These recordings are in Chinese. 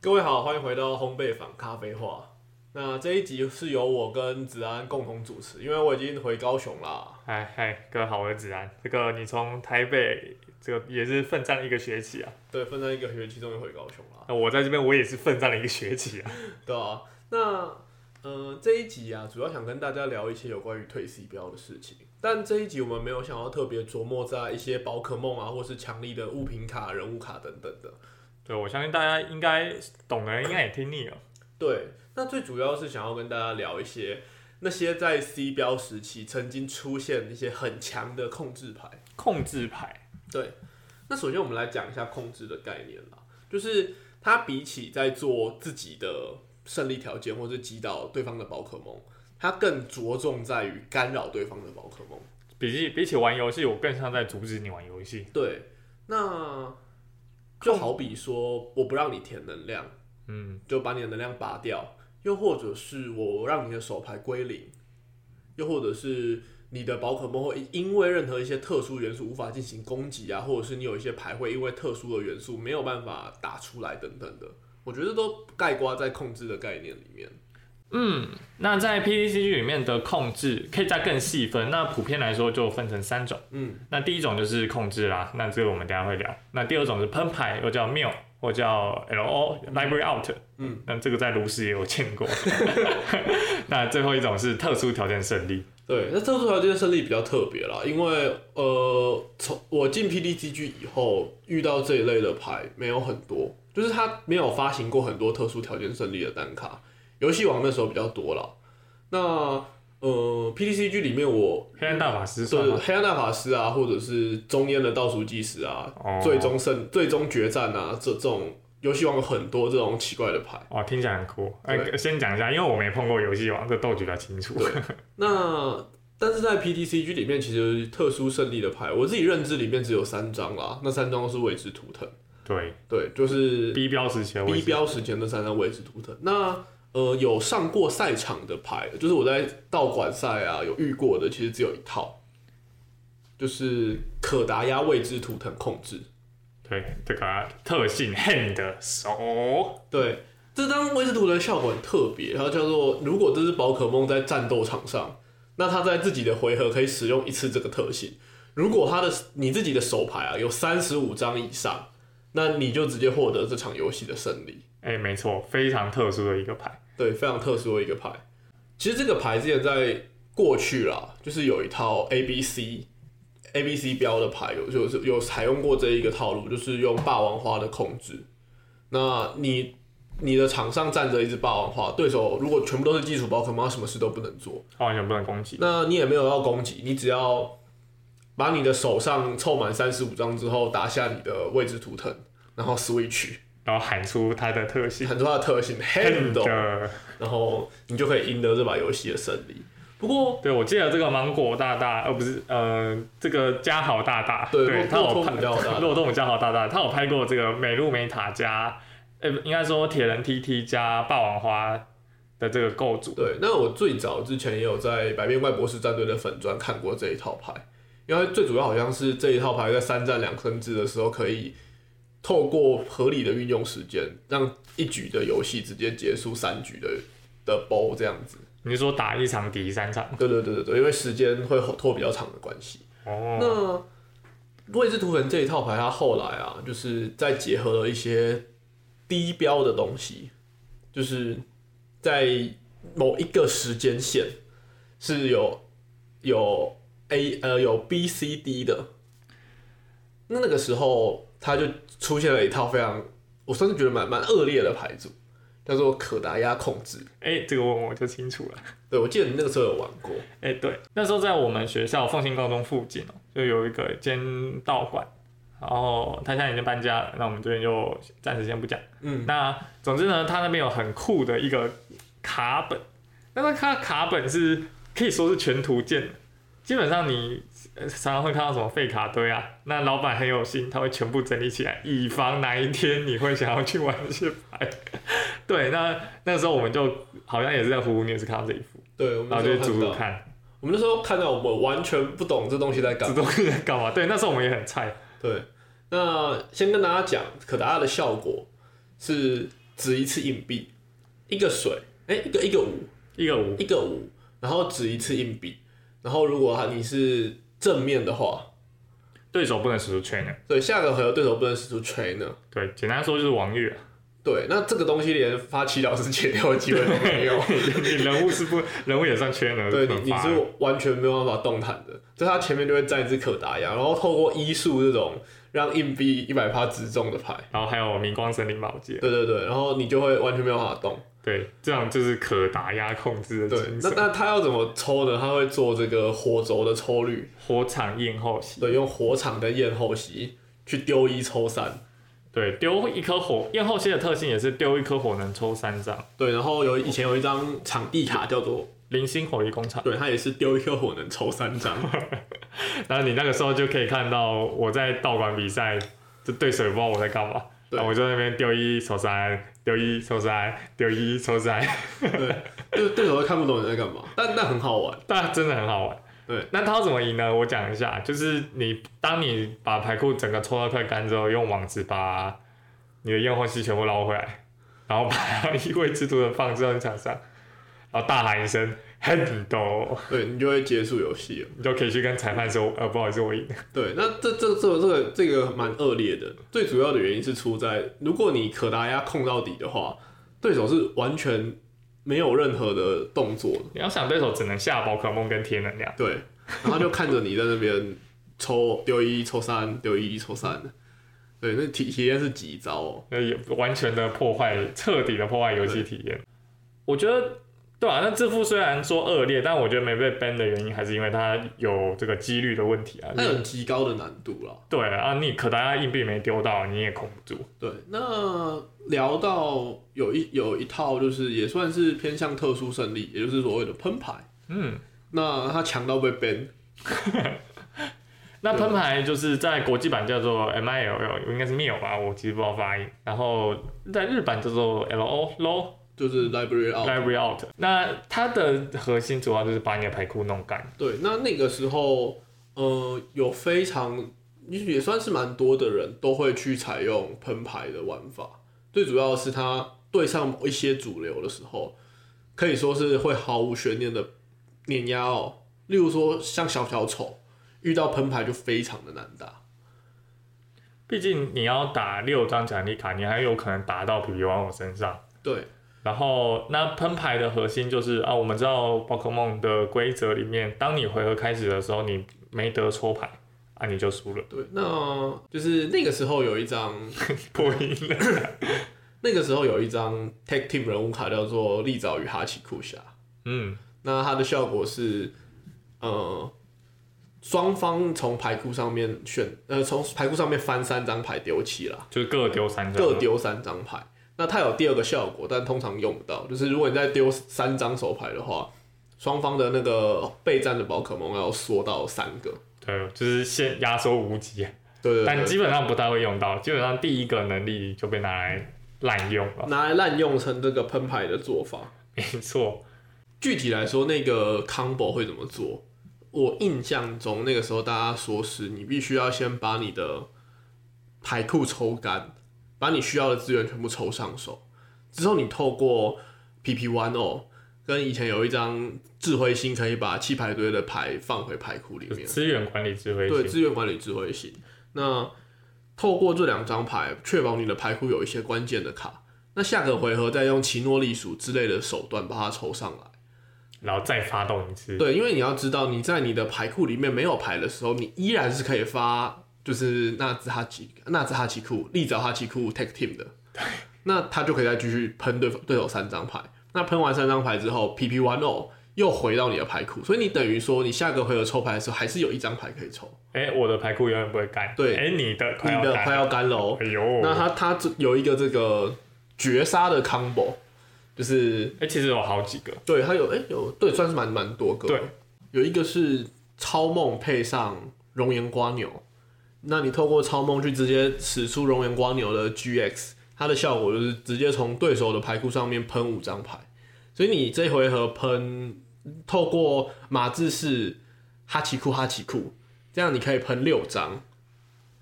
各位好，欢迎回到烘焙坊咖啡话。那这一集是由我跟子安共同主持，因为我已经回高雄啦。嗨嗨，哎各位好，我是子安。这个你从台北这个也是奋战了一个学期啊，对，分在一个学期终于回高雄啦。那我在这边我也是奋战了一个学期啊。对啊，那呃这一集啊，主要想跟大家聊一些有关于退 C 标的事情。但这一集我们没有想要特别琢磨在一些宝可梦啊，或是强力的物品卡、人物卡等等的。对，我相信大家应该懂的人应该也听腻了。对，那最主要是想要跟大家聊一些那些在 C 标时期曾经出现一些很强的控制牌。控制牌，对，那首先我们来讲一下控制的概念啦，就是它比起在做自己的胜利条件或者击倒对方的宝可梦，它更着重在于干扰对方的宝可梦。比起比起玩游戏，我更像在阻止你玩游戏。对，那就好比说我不让你填能量，嗯，就把你的能量拔掉，又或者是我让你的手牌归零，又或者是。你的宝可梦会因为任何一些特殊元素无法进行攻击啊，或者是你有一些牌会因为特殊的元素没有办法打出来等等的，我觉得都概括在控制的概念里面。那在 PDCG 里面的控制可以再更细分，那普遍来说就分成三种。嗯，那第一种就是控制啦，那这个我们等一下会聊。那第二种是喷牌，又叫 mill，或叫 LO library out。嗯，那这个在炉石也有见过。 那最后一种是特殊条件胜利，对，那特殊条件胜利比较特别啦，因为呃，从我进 PDCG 以后遇到这一类的牌没有很多，就是它没有发行过很多特殊条件胜利的单卡，游戏王那时候比较多啦。那呃，PDCG 里面我黑暗大法师算对吗？黑暗大法师啊，或者是中间的倒数计时啊，哦最终胜、最终决战啊，这这种游戏王有很多这种奇怪的牌。哦，听起来很酷。哎、对先讲一下，因为我没碰过游戏王，这斗局比较清楚。对那但是在 PTCG 里面，其实特殊胜利的牌，我自己认知里面只有三张啦，那三张都是未知图腾， 对对，就是，B 标时期的位 B 置，标时间的三张未知图腾。那呃，有上过赛场的牌，就是我在道馆赛啊有遇过的，其实只有一套，就是可达鸭未知图腾控制。对这个啊、特性 hand 手，对，这张威斯图的效果很特别，它叫做如果这只宝可梦在战斗场上，那它在自己的回合可以使用一次这个特性。如果它的你自己的手牌啊有三十五张以上，那你就直接获得这场游戏的胜利。哎、没错，非常特殊的一个牌。对，非常特殊的一个牌。其实这个牌之前在过去啦，就是有一套 A B C A B C 标的牌，有就是有采用过这一个套路，就是用霸王花的控制。那你你的场上站着一只霸王花，对手如果全部都是基础宝可梦，它什么事都不能做。他完全不能攻击。那你也没有要攻击，你只要把你的手上凑满三十五张之后，打下你的位置图腾，然后 switch 然后喊出它的特 性很多它的特性 handle，的。然后你就可以赢得这把游戏的胜利。不过，对，我记得这个芒果大大，呃，不是，呃，这个嘉豪大大，对对洛他有洛托拍姆嘉豪大大 洛托姆嘉豪大大，他有拍过这个美露美塔加，呃，不应该说铁人 TT 加霸王花的这个构筑。对，那我最早之前也有在百变怪博士战队的粉砖看过这一套牌，因为最主要好像是这一套牌在三战两分制的时候，可以透过合理的运用时间，让一局的游戏直接结束三局的的 BO 这样子。你是说打一场抵三场？对对对对对，因为时间会拖比较长的关系。哦，那未知图腾这一套牌，它后来啊，就是再结合了一些低标的东西，就是在某一个时间线是有有 A 呃有 B C D 的，那那个时候它就出现了一套非常我算是觉得蛮蛮恶劣的牌组，叫做可达鸭控制。哎，这个问我就清楚了。对，我记得你那个时候有玩过。哎、对，那时候在我们学校凤兴高中附近哦、就有一个间道馆，然后他现在已经搬家了，那我们这边就暂时先不讲。嗯，那总之呢，他那边有很酷的一个卡本，那个卡卡本是可以说是全图鉴的，基本上你呃常常会看到什么废卡堆啊，那老板很有心，他会全部整理起来，以防哪一天你会想要去玩这些牌。 对，那那时候我们就好像也是在湖你也是看到这一幅，对，我们然后那时就候组看组到，看，我们那时候看到，我们完全不懂这东西在干嘛组。东西哦 在干嘛？对，那时候我们也很菜，对，那先跟大家讲可达鸭的效果是掷一次硬币，一个水，哎、一个一个五，一个五一个五，然后掷一次硬币，然后如果啊你是正面的话，对手不能使出 trainer，对，下个回合对手不能使出 trainer。对，简单说就是王月、对，那这个东西连发起老师解掉的机会都没 有。你人物是不人物也算 trainer，对不你能，你发是完全没有办法动弹的，在他前面就会站一只可达鸭，然后透过医术这种让硬币一百趴直中的牌，然后还有明光森林宝剑，对对对，然后你就会完全没有办法动。对，这样就是可打压控制的对，精那神。那他要怎么抽呢？他会做这个火轴的抽率，火场验后席，对，用火场跟焰后席去丢一抽三，对，丢一颗火，验后席的特性也是丢一颗火能抽三张，对，然后有以前有一张场地卡叫做，零星火力工厂。对，它也是丢一颗火能抽三张，然后你那个时候就可以看到我在道馆比赛，就对手也不知道我在干嘛，对然后我就在那边丢一抽三，丢一抽三，丢一抽三，对，就是对手会看不懂你在干嘛，但但很好玩，但真的很好玩。对，那他要怎么赢呢？我讲一下，就是你当你把排库整个抽到快干之后，用网子把你的验货器全部捞回来，然后把它一位制度的放置到你场上，然后大喊一声“很多对你就会结束游戏了。”，你就可以去跟裁判说：“呃，不好意思，我赢了。对，那这这这这个这个蛮恶劣的，最主要的原因是出在，如果你可达鸭控到底的话，对手是完全没有任何的动作的，” 你要想，对手只能下宝可梦跟贴能量，对，然后就看着你在那边抽丢一抽三丢一抽三，对，那体体验是极糟哦，那也完全的破坏，彻底的破坏游戏体验。我觉得，对啊，那致富虽然说恶劣，但我觉得没被 ban 的原因还是因为它有这个几率的问题啊。它有极高的难度啦。对啊，你可达鸭硬币没丢到，你也控不住。对，那聊到有一有一套就是也算是偏向特殊胜利，也就是所谓的喷牌，嗯，那它强到被 ban，那喷牌就是在国际版叫做 M I L L，应该是 MIL 吧，我其实不知道发音。然后在日版叫做 L O Low 就是 library out。 Library Out。那它的核心主要就是把你的牌库弄干。对，那那个时候，呃，有非常也算是蛮多的人都会去采用喷牌的玩法。最主要是他对上某一些主流的时候，可以说是会毫无悬念的碾压哦。例如说，像小小丑遇到喷牌就非常的难打。毕竟你要打六张奖励卡，你还有可能打到皮皮王我身上。对然后，那喷牌的核心就是啊，我们知道宝可梦的规则里面，当你回合开始的时候，你没得抽牌啊，你就输了，对，那就是那个时候有一张，破音了。那个时候有一张 tag team 人物卡叫做利爪与哈奇库侠。嗯，那它的效果是，呃，双方从牌库上面选，呃，从牌库上面翻三张牌丢弃啦，就是各丢三啊张，各丢三张牌。那它有第二个效果，但通常用不到。就是如果你再丢三张手牌的话，双方的那个备战的宝可梦要缩到三个。对，就是先压缩无极，对对但对，基本上不太会用到，基本上第一个能力就被拿来滥用了。拿来滥用成这个喷牌的做法。没 错，具体来说，那个 combo 会怎么做？我印象中那个时候大家说是你必须要先把你的牌库抽干，把你需要的资源全部抽上手，之后你透过 PP One O 跟以前有一张智慧星，可以把弃牌堆的牌放回牌库里就面。资源管理智慧对，型，资源管理智慧型。那透过这两张牌，确保你的牌库有一些关键的卡。那下个回合再用奇诺利鼠之类的手段把它抽上来。然后再发动一次。对，因为你要知道，你在你的牌库里面没有牌的时候，你依然是可以发，就是纳兹哈奇、纳兹哈奇库、利爪哈奇库 take team 的。 那他就可以再继续喷对方对手三张牌。那喷完三张牌之后，PP one o 又回到你的牌库，所以你等于说，你下个回合抽牌的时候，还是有一张牌可以抽。哎，我的牌库永远不会干。对哎，你的你快要的干快了。要干喽哎。呦，那他他这有一个这个绝杀的 combo，就是哎，其实有好几个。对他有哎、有对算是蛮蛮多个的。对，有一个是超梦配上熔岩瓜牛，那你透过超梦去直接使出熔岩瓜牛的 GX，它的效果就是直接从对手的牌库上面喷五张牌，所以你这回合喷透过马字是哈奇库哈奇库，这样你可以喷六张，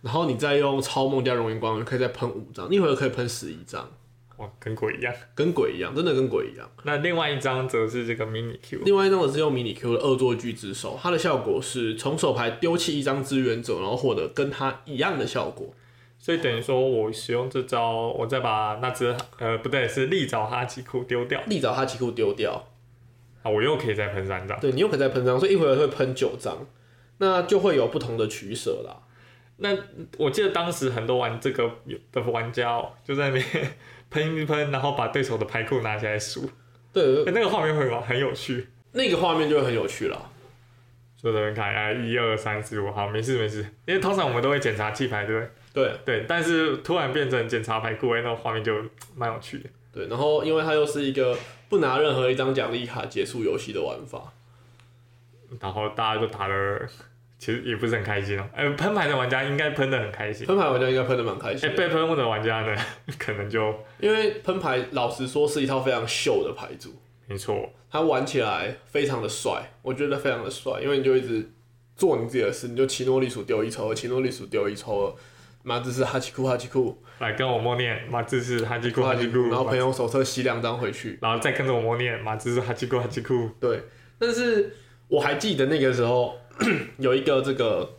然后你再用超梦加熔岩瓜牛可以再喷五张，你一回合可以喷十一张。哇，跟鬼一样。跟鬼一样，真的跟鬼一样。那另外一张则是这个 mini Q，另外一张的是用迷你 Q 的恶作剧之手，它的效果是从手牌丢弃一张支援者，然后获得跟它一样的效果。所以等于说我使用这招，我再把那只呃不对是利爪哈奇库丢掉立早哈奇库丢掉，啊，我又可以再喷三张。对你又可以再喷张，所以一回合会喷九张，那就会有不同的取舍啦。那我记得当时很多玩这个的玩家、哦、就在那边喷一喷，然后把对手的牌库拿起来数，对，欸那个画面会很有趣。那个画面就会很有趣了。所以这边看一下，一二三四五，好，没事没事，因为通常我们都会检查弃牌，对不对？对对，但是突然变成检查牌库，哎，那个画面就哎蛮有趣的。对，然后因为它又是一个不拿任何一张奖励卡结束游戏的玩法，然后大家就打了，其实也不是很开心哦。哎、喷牌的玩家应该喷的很开心，喷牌玩家应该喷的蛮开哎、心的，被喷的玩家呢，可能就因为喷牌老实说是一套非常秀的牌组，没错。它玩起来非常的帅，我觉得非常的帅，因为你就一直做你自己的事，你就奇诺利鼠丢一抽二，奇诺利鼠丢一抽二，妈这是哈奇库哈奇库，来跟我默念马自是哈基库哈哈奇基库，库，然后朋友手册吸两张回去，然后再跟着我默念马自是哈基库哈基库，对，但是我还记得那个时候 有一个这个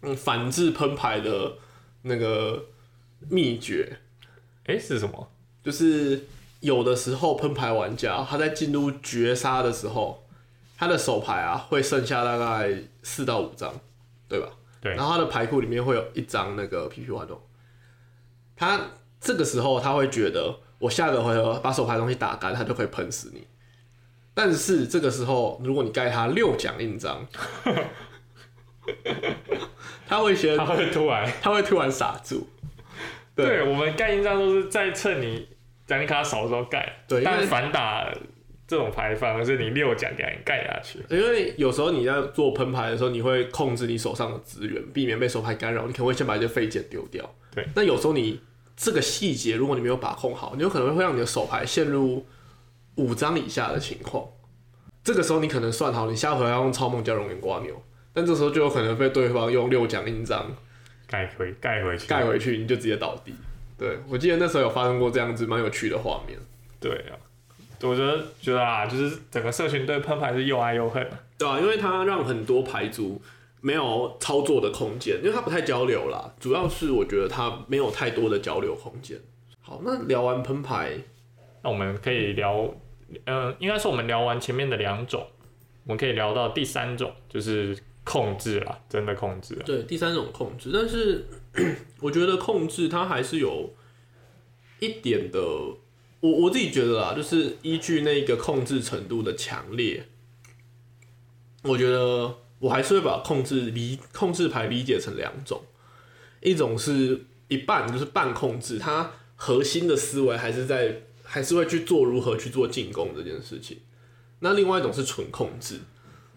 嗯反制喷牌的那个秘诀，哎、是什么？就是有的时候喷牌玩家他在进入绝杀的时候，他的手牌啊会剩下大概四到五张，对吧？对然后他的牌库里面会有一张那个 PP 玩偶，他这个时候他会觉得我下个回合把手牌的东西打干，他就可以喷死你。但是这个时候，如果你盖他六奖印章，他会 先他会突然，他会突然傻住。对对我们盖印章都是在趁你奖励卡少的时候盖，对因为但反打这种牌反而是你六奖给你盖下去，因为有时候你在做喷牌的时候，你会控制你手上的资源，避免被手牌干扰。你可能会先把一些废件丢掉。对。那有时候你这个细节，如果你没有把控好，你有可能会让你的手牌陷入五张以下的情况。这个时候你可能算好，你下回要用超梦加熔岩瓜牛，但这时候就有可能被对方用六奖印章盖回盖回去，盖回去，你就直接倒地。对，我记得那时候有发生过这样子蛮有趣的画面。对啊，我觉得觉得啊，就是整个社群对喷牌是又爱又恨。对啊，因为它让很多牌族没有操作的空间，因为它不太交流啦。主要是我觉得它没有太多的交流空间。好，那聊完喷牌，那我们可以聊，呃，应该是我们聊完前面的两种，我们可以聊到第三种，就是控制啦，真的控制啦。对第三种控制，但是 我觉得控制它还是有一点的，我我自己觉得啦，就是依据那个控制程度的强烈，我觉得我还是会把控制理控制牌理解成两种，一种是一半就是半控制，它核心的思维还是在还是会去做如何去做进攻这件事情，那另外一种是纯控制。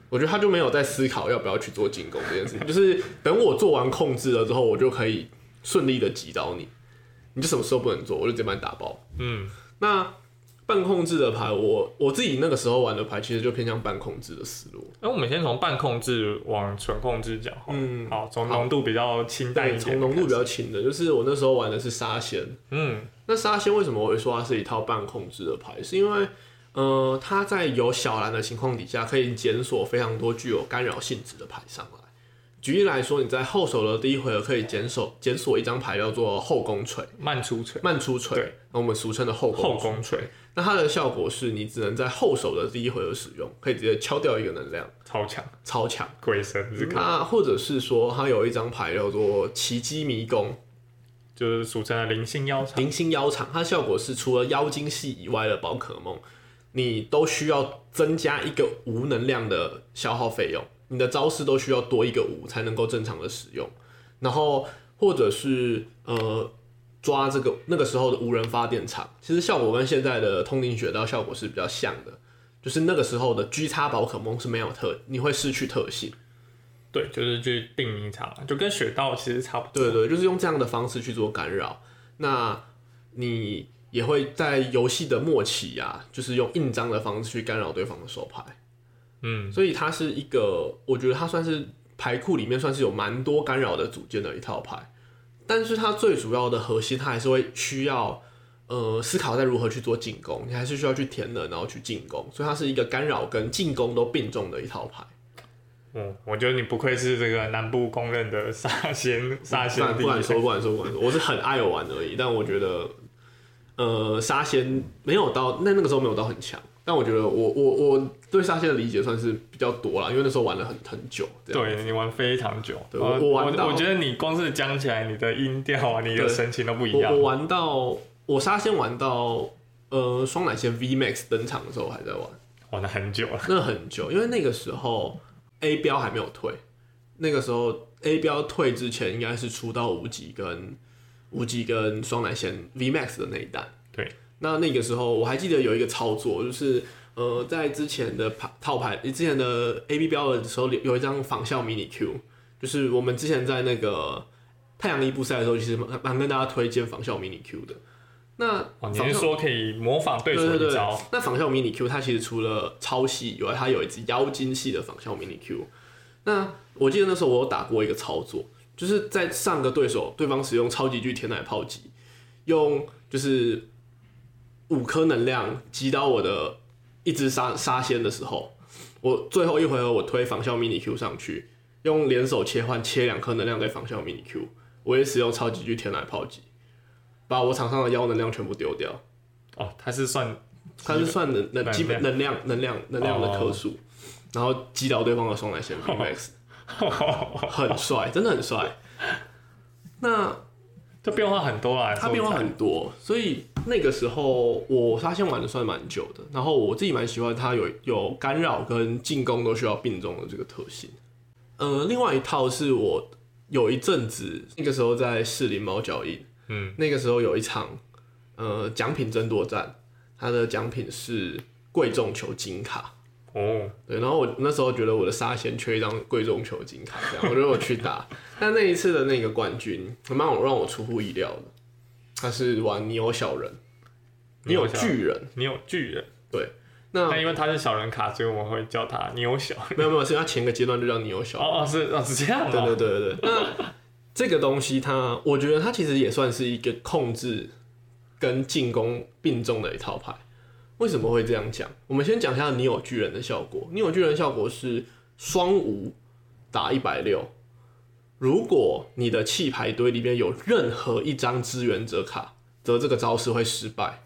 我觉得他就没有在思考要不要去做进攻这件事情，就是等我做完控制了之后，我就可以顺利的击倒你，你就什么事都不能做，我就直接把你打爆。嗯，那半控制的牌，我我自己那个时候玩的牌，其实就偏向半控制的思路。那我们先从半控制往纯控制讲好了，嗯好，从浓度比较清淡一对，从点，浓度比，较轻的，就是我那时候玩的是沙仙，嗯，那沙仙为什么我会说它是一套半控制的牌？是因为，呃，它在有小蓝的情况底下，可以检索非常多具有干扰性质的牌上来。举例来说，你在后手的第一回合可以检索检索一张牌叫做后宫锤、慢出锤，慢出锤对，那我们俗称的后宫后宫锤，那它的效果是你只能在后手的第一回合使用，可以直接敲掉一个能量，超强，超强。鬼神之卡，那或者是说，它有一张牌叫做奇迹迷宫，就是俗称的灵性妖场，零星妖场，它效果是除了妖精系以外的宝可梦，你都需要增加一个无能量的消耗费用，你的招式都需要多一个五才能够正常的使用，然后或者是呃抓这个那个时候的无人发电厂，其实效果跟现在的通灵雪道效果是比较像的，就是那个时候的 G 叉宝可梦是没有特，你会失去特性。对，就是去定迷场，就跟雪道其实差不多，对对，就是用这样的方式去做干扰。那你也会在游戏的末期啊，就是用印章的方式去干扰对方的手牌。嗯，所以它是一个，我觉得它算是牌库里面算是有蛮多干扰的组件的一套牌，但是它最主要的核心，它还是会需要呃思考在如何去做进攻，你还是需要去填能，然后去进攻，所以它是一个干扰跟进攻都并重的一套牌。嗯，我觉得你不愧是这个南部公认的沙仙沙仙不然嗯帝不。敢说，不敢说，不敢说，我是很爱玩而已。但我觉得，呃，沙仙没有到那那个时候没有到很强，但我觉得我我我对沙仙的理解算是比较多啦，因为那时候玩了很很久。这样，对你玩非常久，对呃我我我玩到我觉得你光是讲起来，你的音调啊，你的对神情都不一样我我。玩到我沙仙玩到呃双奶仙 V Max 登场的时候还在玩，玩了很久了，那很久，因为那个时候 A 标还没有退，那个时候 A 标退之前应该是出到无极跟无极跟双奶仙 V Max 的那一弹。对，那那个时候我还记得有一个操作，就是呃，在之前的牌套牌之前的 A B 标的时候，有有一张仿效迷你 Q，就是我们之前在那个太阳一部赛的时候，其实蛮蛮跟大家推荐仿效迷你 Q 的。那哦，仿你效是说可以模仿对手对对一对招？，那仿效迷你 Q 它其实除了抄袭以外，它有一只妖精系的仿效迷你 Q。那我记得那时候我有打过一个操作，就是在上个对手对方使用超级巨铁奶炮击，用就是五颗能量击倒我的一只杀杀仙的时候，我最后一回合我推仿效迷你 Q 上去，用联手切换切两颗能量给仿效迷你 Q，我也使用超级巨铁奶炮击，把我场上的妖能量全部丢掉。哦，他是算它是算能能基本能量哦能量能量的颗数，然后击倒对方的双奶 线 VMAX，很帅，真的很帅。那这变化很多啊，它变化说很多，所以那个时候我沙仙玩的算蛮久的，然后我自己蛮喜欢它有有干扰跟进攻都需要并重的这个特性。呃，另外一套是我有一阵子那个时候在士林猫脚印，嗯，那个时候有一场呃奖品争夺战，它的奖品是贵重球金卡，起来哦，对，然后我那时候觉得我的沙仙缺一张贵重球金卡，这样我觉得我去打， 但那一次的那个冠军蛮有让我出乎意料的，他是玩你有小人，你有牛小巨人，你有巨人，对，那但因为他是小人卡，所以我们会叫他牛小。 没有没有，是他前个阶段就叫你有小人，哦哦，是哦是这样对的对对对对，那这个东西它，我觉得它其实也算是一个控制跟进攻并重的一套牌。为什么会这样讲？我们先讲一下你有巨人的效果。你有巨人效果是双无打一百六。如果你的弃牌堆里面有任何一张支援者卡，则这个招式会失败。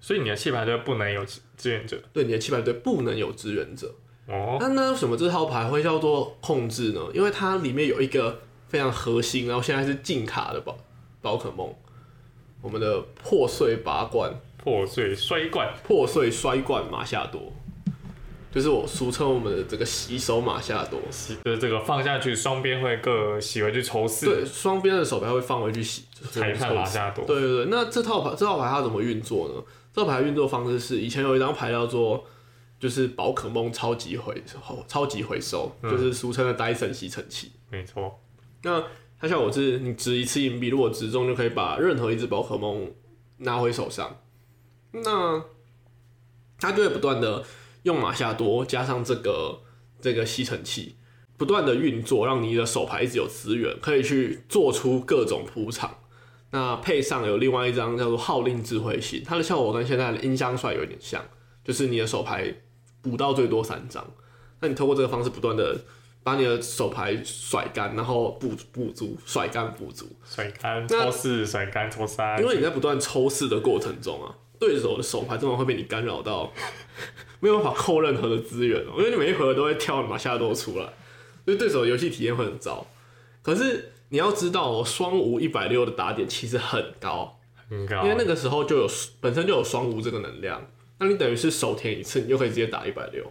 所以你的气牌就不能有志愿者对，你的弃牌堆不能有支援者。哦，那那为什么这套牌会叫做控制呢？因为它里面有一个非常核心，然后现在是禁卡的宝宝可梦，我们的破碎拔罐、破碎摔罐破碎摔罐马夏多，就是我俗称我们的这个洗手马夏多。洗，就是这个放下去，双边会各洗回去抽四，对，双边的手牌会放回去洗。就是裁判马夏多对对对，那这套牌这套牌它怎么运作呢？这套牌运作方式是以前有一张牌叫做就是宝可梦超级回超级回收，嗯就是俗称的戴森吸尘器。没错，那它效果是你掷一次硬币，如果掷中就可以把任何一只宝可梦拿回手上。那它就会不断的用马夏多加上这个这个吸尘器，不断的运作，让你的手牌一直有资源，可以去做出各种铺场。那配上有另外一张叫做号令智慧型，它的效果跟现在的音箱帅有点像，就是你的手牌补到最多三张。那你透过这个方式不断的把你的手牌甩干，然后补补足，甩干补足。甩杆那抽四，甩杆抽三因，为你在不断抽试的过程中啊，对手的手牌通常会被你干扰到， 没有办法扣任何的资源、哦，因为你每一回合都会跳马下多出来，所以对手的游戏体验会很糟。可是你要知道、哦，双无一百六的打点其实很高，很高因为，那个时候就有本身就有双无这个能量，那你等于是手填一次，你就可以直接打一百六，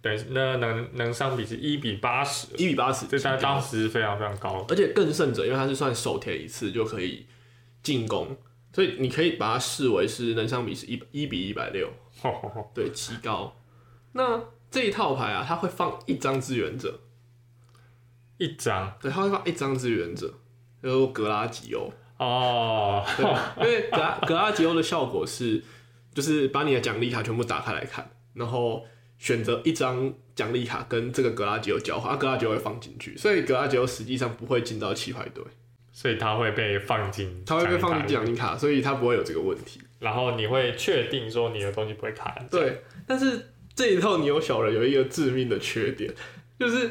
对，那能能相比是一比八十，一比八十，这在当时非常非常高， 而且更甚者，因为它是算手填一次就可以进攻，所以你可以把它视为是能相比是一一比一百六，对，极高。那这一套牌啊，它会放一张支援者，一张对，它会放一张支援者，叫做格拉吉欧，哦，对，因为格拉格拉吉欧的效果是，就是把你的奖励卡全部打开来看，然后选择一张奖励卡跟这个格拉吉欧交换，啊，格拉吉欧会放进去，所以格拉吉欧实际上不会进到棋牌堆。所以它会被放进它会被放奖进励卡奖励卡，所以它不会有这个问题。然后你会确定说你的东西不会卡人。对，但是这一套你有小人有一个致命的缺点，就是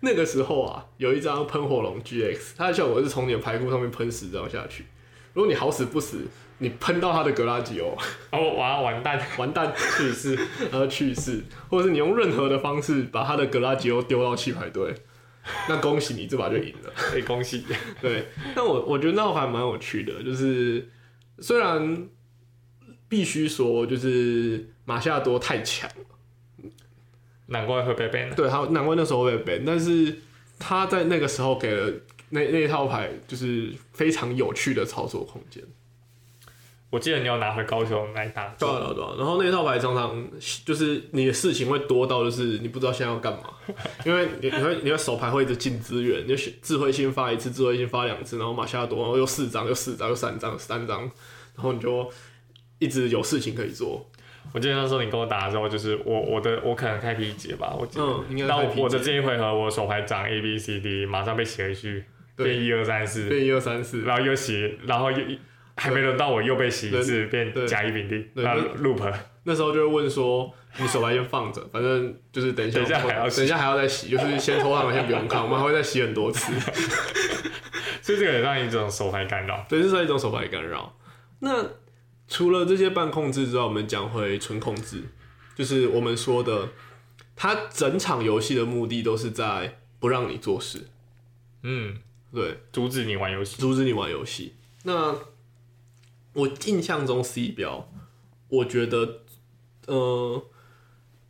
那个时候啊，有一张喷火龙 GX，它的效果是从你的排骨上面喷十张下去。如果你好死不死，你喷到它的格拉吉欧，哦，哇，完蛋！完蛋去世，呃去世，或者是你用任何的方式把它的格拉吉欧丢到弃牌堆，那恭喜你这把就赢了。哎，恭喜！ 对，但我我觉得那还蛮有趣的，就是虽然必须说，就是马夏多太强。难怪会被 ban 对，他难怪那时候会被 ban，但是他在那个时候给了那那一套牌就是非常有趣的操作空间。我记得你有拿回高雄来打，对啊对啊对啊，然后那一套牌常常就是你的事情会多到就是你不知道现在要干嘛， 因为你你会你会手牌会一直进资源，你就选智慧星发一次，智慧星发两次，然后马夏多，然后又四张，又四张，又三张，三张，然后你就一直有事情可以做。我记得那时候你跟我打的时候，就是我我的我可能开皮解吧，我记得。嗯，应该到太我的这一回合，我手牌长 A B C D，马上被洗回去，对变一二三四，对一二三四，然后又洗，然后又还没轮到我又被洗一次，变对甲乙丙丁，对然后那 loop，那时候就会问说，你手牌先放着，反正就是等一下，等一下还要洗等一下还要再洗，就是先抽上来先不用看，我们还会再洗很多 次。所以这个也让你一种手哦牌干扰。对，这是一种手牌干扰。那除了这些半控制之外，我们讲回纯控制，就是我们说的，它整场游戏的目的都是在不让你做事，嗯，对，阻止你玩游戏。阻止你玩游戏。那我印象中 C 标，我觉得呃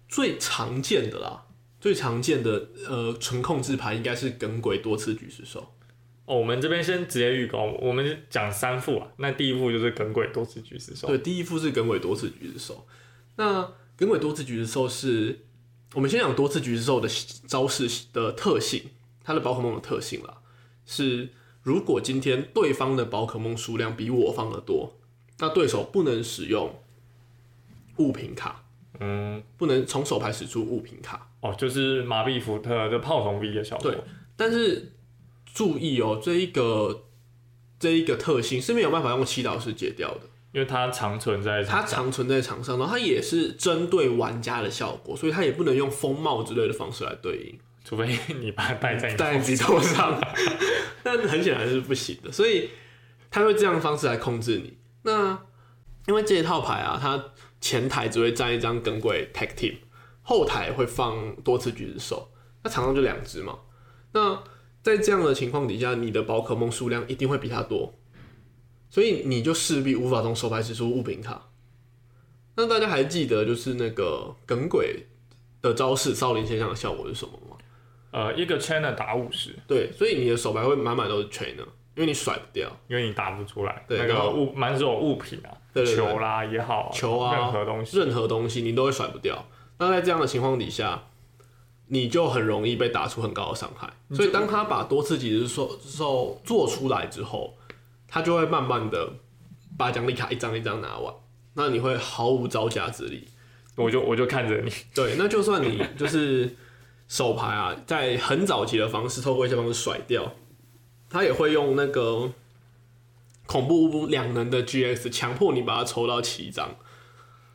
最常见的啦，最常见的呃纯控制牌应该是耿鬼多次举石手。哦，我们这边先直接预告，我们讲三副啊。那第一副就是耿鬼多次举石手，对，第一副是耿鬼多次举石手。那耿鬼多次举石手是，我们先讲多次举石手的招式的特性，它的宝可梦的特性啦，是如果今天对方的宝可梦数量比我方的多，那对手不能使用物品卡，嗯，不能从手牌使出物品卡。哦，就是麻痹福特的炮筒 V 的效果对，但是注意哦，这一个这一个特性是没有办法用祈祷式解掉的。因为它长存在它长存在场上，然后它也是针对玩家的效果，所以它也不能用风貌之类的方式来对应。除非你把它带在你戴在自己头上， 但很显然是不行的，所以他会这样的方式来控制你。那因为这一套牌啊，它前台只会站一张耿鬼 tag team，后台会放多次橘子手，那场上就两只嘛。那在这样的情况底下，你的宝可梦数量一定会比它多，所以你就势必无法从手牌使出物品卡。那大家还记得就是那个耿鬼的招式少林现象的效果是什么吗？呃一个圈的打五十，对，所以你的手牌会满满都是 trainer，因为你甩不掉。因为你打不出来，对那然个后物满手物品啊，对对对球啦也好，球啊任何东西，任何东西你都会甩不掉。那在这样的情况底下，你就很容易被打出很高的伤害。所以当他把多次几只手手做出来之后，他就会慢慢的把奖励卡一张一张拿完，那你会毫无招架之力。我就我就看着你， 对，那就算你就是手牌啊，在很早期的方式，透过一些方式甩掉，他也会用那个恐怖屋两能的 GX 强迫你把它抽到七张，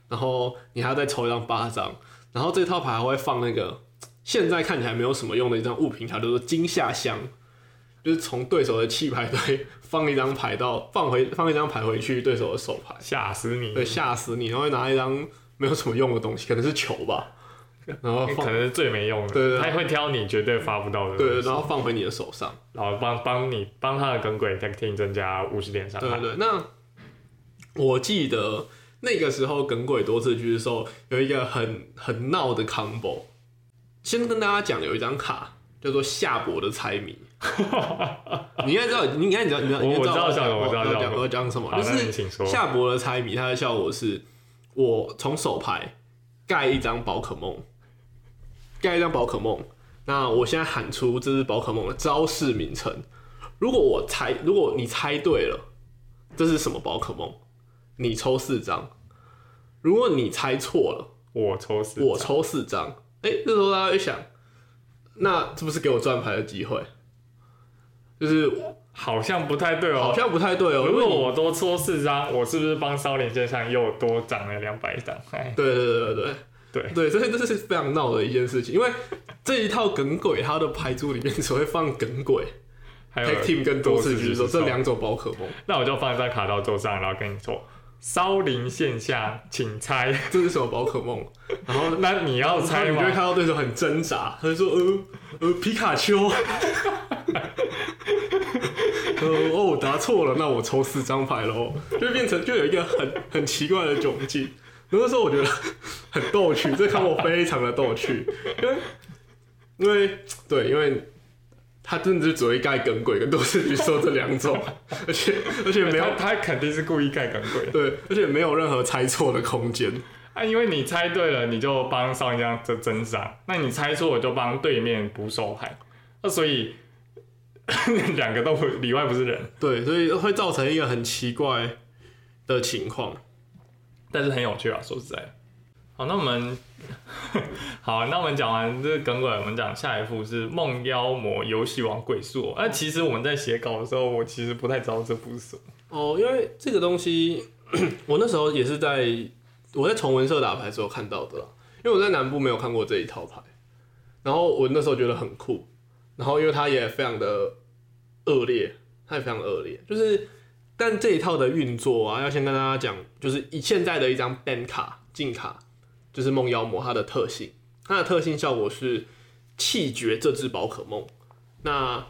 然后你还要再抽一张八张，然后这套牌还会放那个现在看起来没有什么用的一张物品卡，叫做惊吓箱。就是从对手的弃牌堆放一张牌到放回放一张牌回去对手的手牌，吓死你，对，吓死你，然后会拿一张没有什么用的东西，可能是球吧，然后可放能是最没用的，对对对他也会挑你绝对发不到的，对，，然后放回你的手上，然后帮帮你帮他的耿鬼 tag team 增加五十点伤对害对，对。那我记得那个时候耿鬼多次狙的时候，有一个很很闹的 combo。先跟大家讲，有一张卡叫做夏伯的猜谜，你应该知道，你应该你知道，你我应该我知道我我知道要我知道讲我要讲什么，好，就那是你请说，夏伯的猜谜，它的效果是，我从手牌盖一张宝可梦，盖一张宝可梦。那我现在喊出这只宝可梦的招式名称，如果我猜，如果你猜对了，这是什么宝可梦？你抽四张。如果你猜错了，我抽死，我抽四张。哎、这时候大家就想，那这不是给我转牌的机会？就是好像不太对哦。好像不太对哦。如因为果你我多抽四张，我是不是帮烧脸先生又多涨了两百张？哎，对对对对对对，所以这是非常闹的一件事情，因为这一套梗鬼它的牌组里面只会放梗鬼、还有 tag team 跟呃多次狙手多次狙这两种宝可梦，那我就放一张卡到桌上，然后跟你说，烧林线下，请猜。 这是什么宝可 梦？然后那你要猜然后你就会看吗？到对手很挣扎，他就说呃呃皮卡丘， 呃哦我答错了，那我抽四张牌喽，就变成就有一个很很奇怪的窘境。那时候我觉得很逗趣，这看我非常的逗趣，因为因为对，因为他真的就只会盖耿鬼跟斗士举兽这两种，而且而且没有他他肯定是故意盖梗 鬼对，而且没有任何猜错的空间。啊，因为你猜对了，你就帮烧林这样这增长；那你猜错，我就帮对面补手牌。那所以 两个都不里外不是人，对，所以会造成一个很奇怪的情况。但是很有趣啊，说实在的。好，那我们 好，那我们讲完这个耿鬼，我们讲下一副是梦妖魔游戏王鬼宿哦。那、其实我们在写稿的时候，我其实不太知道这副是什么。哦，因为这个东西， 我那时候也是在我在崇文社打牌的时候看到的啦，因为我在南部没有看过这一套牌，然后我那时候觉得很酷，然后因为它也非常的恶劣，它也非常恶劣，就是但这一套的运作啊，要先跟大家讲，就是以现在的一张 ban 卡禁卡，就是梦妖魔它的特性，它的特性效果是气绝这只宝可梦，那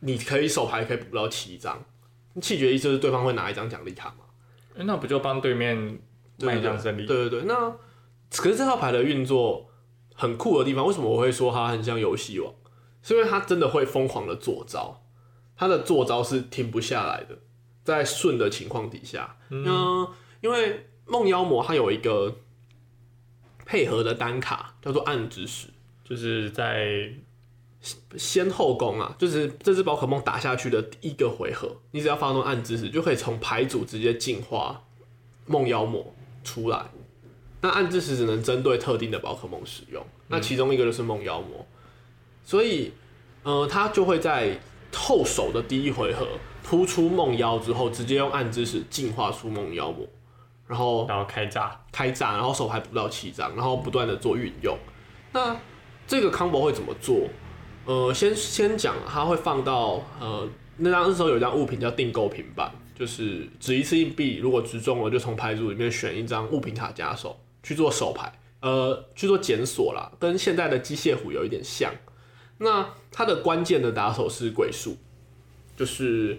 你可以手牌可以补到七张。气绝意就是对方会拿一张奖励卡嘛，诶哎那不就帮对面对迈不对向胜利？对对对，那可是这套牌的运作很酷的地方，为什么我会说它很像游戏王？是因为它真的会疯狂的做招，它的做招是停不下来的，在顺的情况底下，嗯，因为梦妖魔它有一个配合的单卡叫做暗之石，就是在先后攻啊，就是这只宝可梦打下去的第一个回合，你只要发动暗之石，就可以从牌组直接进化梦妖魔出来。那暗之石只能针对特定的宝可梦使用，那其中一个就是梦妖魔，所以，呃，它就会在后手的第一回合突出梦妖之后，直接用暗之石进化出梦妖魔，然后然后开炸，开炸，然后手牌补到七张，然后不断的做运用。那这个 combo 会怎么做？呃，先先讲，它会放到呃那张那时候有一张物品叫订购平板，就是只一次硬币，如果直中了就从牌组里面选一张物品卡加手去做手牌，呃，去做检索啦，跟现在的机械虎有一点像。那它的关键的打手是鬼术，就是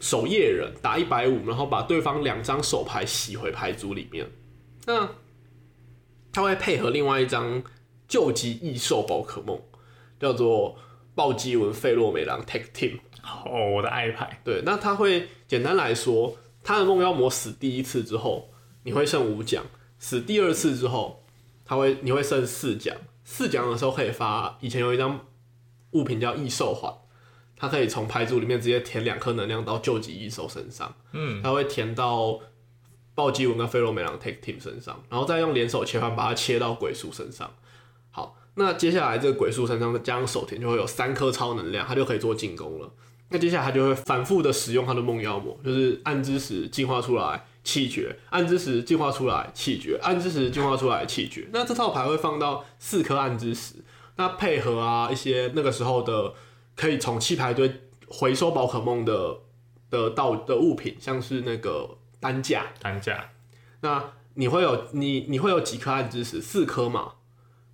守夜人打一百五，然后把对方两张手牌洗回牌组里面。那它会配合另外一张救急异兽宝可梦，叫做暴击文费洛美狼 Tech Team。哦，我的爱牌，对，那它会简单来说，它的梦妖魔死第一次之后，你会剩五奖；死第二次之后，它会你会剩四奖。四奖的时候可以发，以前有一张物品叫异兽环，它可以从牌组里面直接填两颗能量到救急异兽身上，嗯，它会填到暴击文跟菲洛美朗 Take Team 身上，然后再用联手切换把它切到鬼术身上。好，那接下来这个鬼术身上加上手填就会有三颗超能量，它就可以做进攻了。那接下来他就会反复的使用他的梦妖魔，就是暗之石进化出来气绝，暗之石进化出来气绝，暗之石进化出来气绝。那这套牌会放到四颗暗之石，那配合啊一些那个时候的可以从弃牌堆回收宝可梦的的道的物品，像是那个担架，单价，那你会有你你会有几颗暗之石？四颗嘛。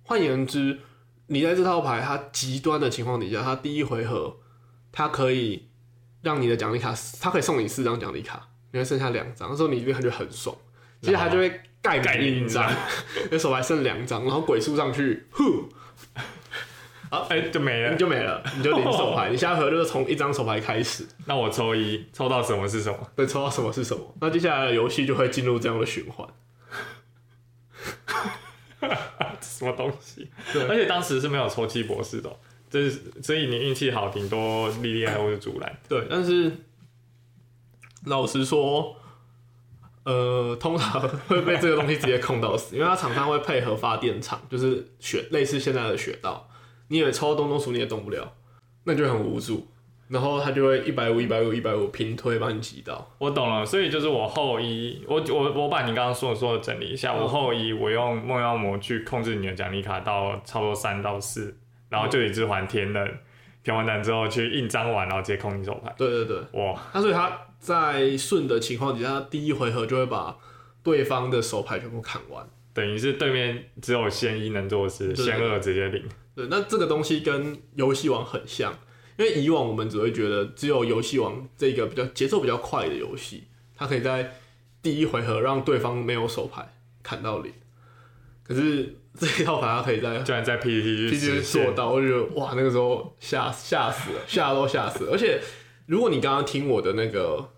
换言之，你在这套牌它极端的情况底下，它第一回合它可以让你的奖励卡，它可以送你四张奖励卡，你会剩下两张，那时候你一定就很爽。接下来它就会盖盖你你一一张张，你手牌剩两张，然后鬼速上去，呼，啊，哎、就没你了。就没了，你就零手牌，你下一回合就是从一张手牌开始，那我抽一，抽到什么是什么？能抽到什么是什么。那接下来的游戏就会进入这样的循环。什么东西？对而且当时是没有抽七博士的哦、这是所以你运气好，顶多莉莉安或者竹篮。对，但是老实说，呃，通常会被这个东西直接控到死，因为它厂商会配合发电厂，就是雪类似现在的雪道，你也抽东东鼠，你也动不了，那就很无助。然后他就会一百五、一百五、一百五平推把你挤到。我懂了，所以就是我后移，我我我把你刚刚说的说的整理一下，嗯我后移我用梦妖魔去控制你的奖励卡到差不多三到四，然后就一只还天冷，填完等之后去印章完，然后直接空你手牌。对对对，哇，那所以他在顺的情况底下，他第一回合就会把对方的手牌全部砍完。等于是对面只有先一能做的事，对先二直接零。对，那这个东西跟游戏王很像，因为以往我们只会觉得只有游戏王这个比较节奏比较快的游戏，它可以在第一回合让对方没有手牌砍到零，可是这一套牌它可以在居然在 PPT 去毕实竟做现，到，我就觉得哇，那个时候吓吓死了，吓都吓死了。而且如果你刚刚听我的那个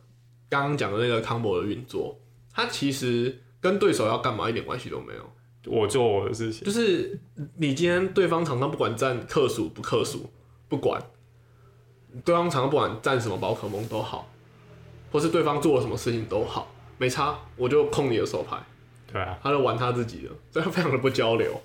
刚刚讲的那个 combo 的运作，它其实跟对手要干嘛一点关系都没有。我做我的事情。就是你今天对方场上不管占克数不克数，不管对方场上不管占什么宝可梦都好，或是对方做了什么事情都好，没差，我就控你的手牌，对啊，他就玩他自己的，所以他非常的不交流，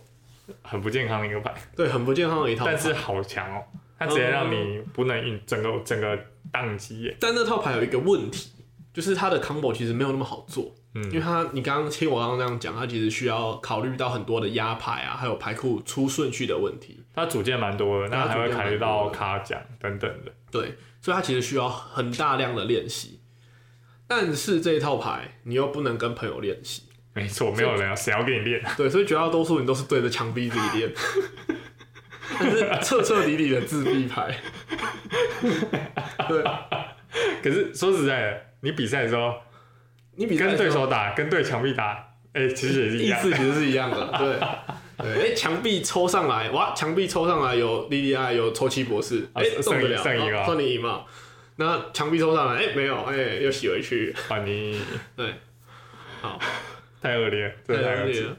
很不健康的一个牌，对，很不健康的一套牌。但是好强哦，它直接让你嗯不能运整个整个宕机耶。但那套牌有一个问题，就是它的 combo 其实没有那么好做，嗯因为它你刚刚听我刚刚那样讲，它其实需要考虑到很多的压牌啊，还有牌库出顺序的问题，它组件蛮多的，它那还组会件考蛮虑多的到卡奖等等的。对，所以它其实需要很大量的练习。但是这一套牌你又不能跟朋友练习，没错，没有人要啊谁要给你 练？对，所以绝大多数你都是对着墙壁自己练，但是彻彻底底的自闭牌。对可是说实在的，你比赛的时候你比赛跟的时候对手打，跟对墙壁打，哎、其实也是一意样。思其实是一样的，对。对，哎，墙壁抽上来，哇，墙壁抽上来有莉莉艾，有抽七博士，啊哎，算中得你了，算你赢啊啊算你赢嘛。那墙壁抽上来，哎，没有，哎，又洗回去，啊，你对，好，太恶劣了，对真的太恶劣了。了。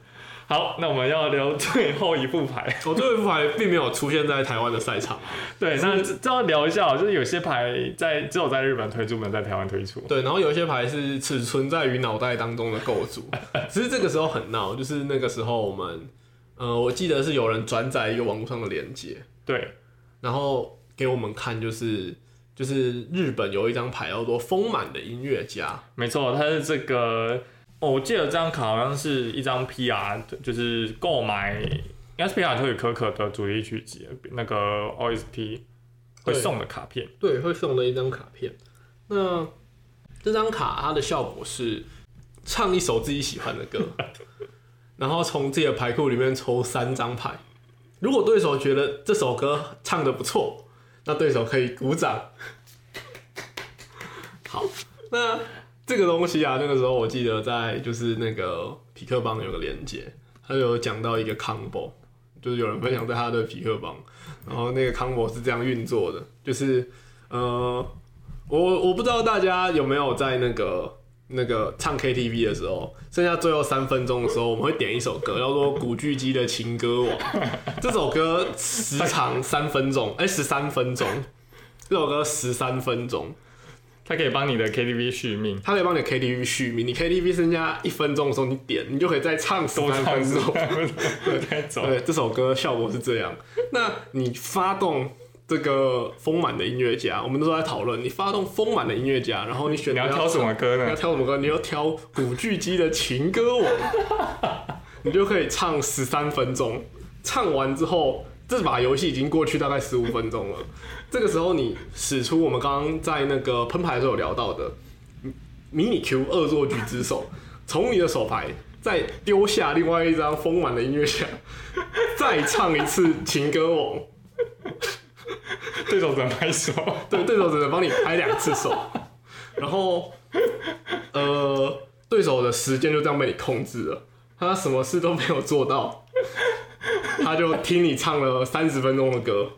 好，那我们要聊最后一副 牌。我这副牌并没有出现在台湾的赛场，对，那这这要聊一下哦，就是有些牌在只有在日本推出，没有在台湾推出。对，然后有一些牌是只存在于脑袋当中的构筑，只是这个时候很闹，就是那个时候我们，呃，我记得是有人转载一个网络上的链接，对，然后给我们看，就是就是日本有一张牌叫做“丰满的音乐家没错，它是这个。哦，我记得这张卡好像是一张 PR，就是购买应该是 PR 特与可可的主题曲集那个 OST 对会送的卡片。”，对，会送的一张卡片。那这张卡它的效果是唱一首自己喜欢的歌，然后从自己的牌库里面抽三张牌。如果对手觉得这首歌唱的不错，那对手可以鼓掌。 好，那这个东西啊，那个时候我记得在就是那个匹克帮有个连接，他有讲到一个 combo，就是有人分享在他的匹克帮，然后那个 combo 是这样运作的，就是呃，我我不知道大家有没有在那个那个唱 KTV 的时候，剩下最后三分钟的时候，我们会点一首歌，叫做古巨基的《情歌王》。这首歌时长三分钟，哎、十三分钟。这首歌十三分钟，它可以帮你的 KTV 续命，它可以帮你 KTV 续命。你 KTV 剩下一分钟的时候，你点，你就可以再唱十多三唱分钟。对，该走。对，这首歌效果是这 样。那你发动这个丰满的音乐家，我们都在讨论，你发动丰满的音乐家，然后你选你择要挑什么歌你要呢？挑什么歌？你要挑古巨基的《情歌王》，你就可以唱十三分钟。唱完之后，这把游戏已经过去大概十五分钟了。这个时候，你使出我们刚刚在那个喷牌的时候有聊到的迷你 Q 恶作剧之手，从你的手牌再丢下另外一张丰满的音乐下，再唱一次《情歌王》。对手怎么拍手？对，对手只能帮你拍两次手，然后呃，对手的时间就这样被你控制了，他什么事都没有做到，他就听你唱了三十分钟的歌，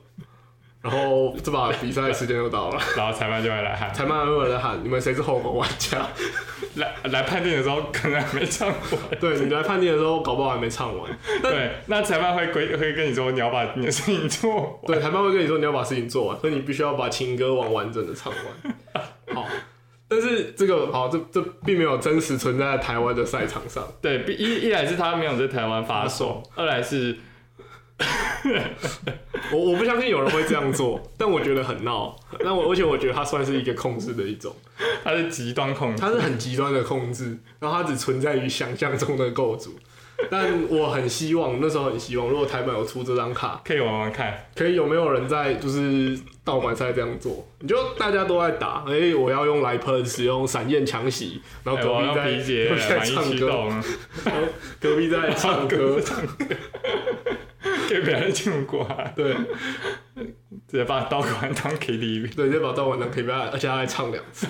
然后这把比赛时间就到了，然后裁判就会来喊，裁判有人喊你们谁是后宫玩家， 来来判定的时候可能还没唱完。对你来判定的时候，搞不好还没唱完，对，那裁判会规会跟你说你要把你的事情做完。对，裁判会跟你说你要把事情做完，所以你必须要把情歌完完整的唱完。好，但是这个好，这这并没有真实存在在台湾的赛场上。嗯对，一一来是他没有在台湾发售，二来是我我不相信有人会这样做，但我觉得很闹。那我而且我觉得它算是一个控制的一种，它是极端控制它。是很极端的控制，然后它只存在于想象中的构筑。但我很希望那时候很希望，如果台版有出这张卡，可以玩玩看，可以有没有人在就是盗版赛这样做？你就大家都在打，哎、我要用来喷，使用闪焰强袭，然后哦哎隔我壁要在、理解隔壁 在满意唱驱歌，动，然后隔壁 在唱歌，给别人进过来，对直接把道馆当 KTV。对，就把盗版当 K P I，而且他还唱两 次，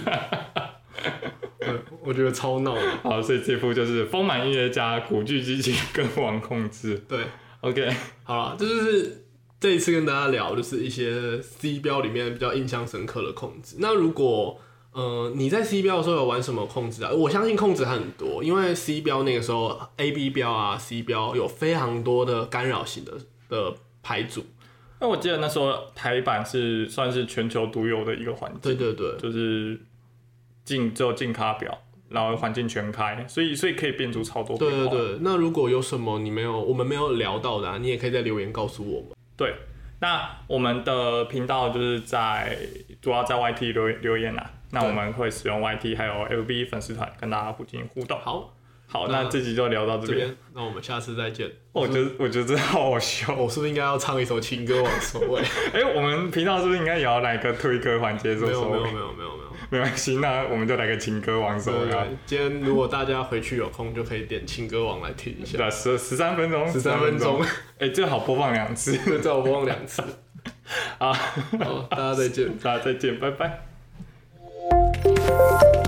对，我觉得超闹的，好，所以这部就是丰满音乐家、古巨基金 跟王控制。对。 OK，好了，这就是这一次跟大家聊，就是一些 C 标里面比较印象深刻的控制。那如果呃你在 C 标的时候有玩什么控制啊？我相信控制很多，因为 C 标那个时候 A B 标啊 C 标有非常多的干扰型的的牌组。那我记得那时候台版是算是全球独有的一个环境，对对对就是进只有进卡表，然后环境全开，所以所以可以变出超多对对变化。对，那如果有什么你没有我们没有聊到的、啊，你也可以在留言告诉我们。对，那我们的频道就是在主要在 YT 留留言啦。那我们会使用 YT 还有 FB 粉丝团跟大家互进行互动。好，好，那那这集就聊到这这边。哦边那我们下次再见。我觉得我觉得真的好好笑。哦我是不是应该要唱一首情歌往收尾？哎、我们频道是不是应该也要来个推歌环 没节？做有 收没有尾没？有没有没有。没关系，那我们就来个情歌王收对尾啊。今天如果大家回去有空，就可以点情歌网来听一对下，吧？十十三分钟，，十三分钟，哎、最好播放两次 这照我忘两次。啊！好，大家再见。 大家再见，拜拜。 Thank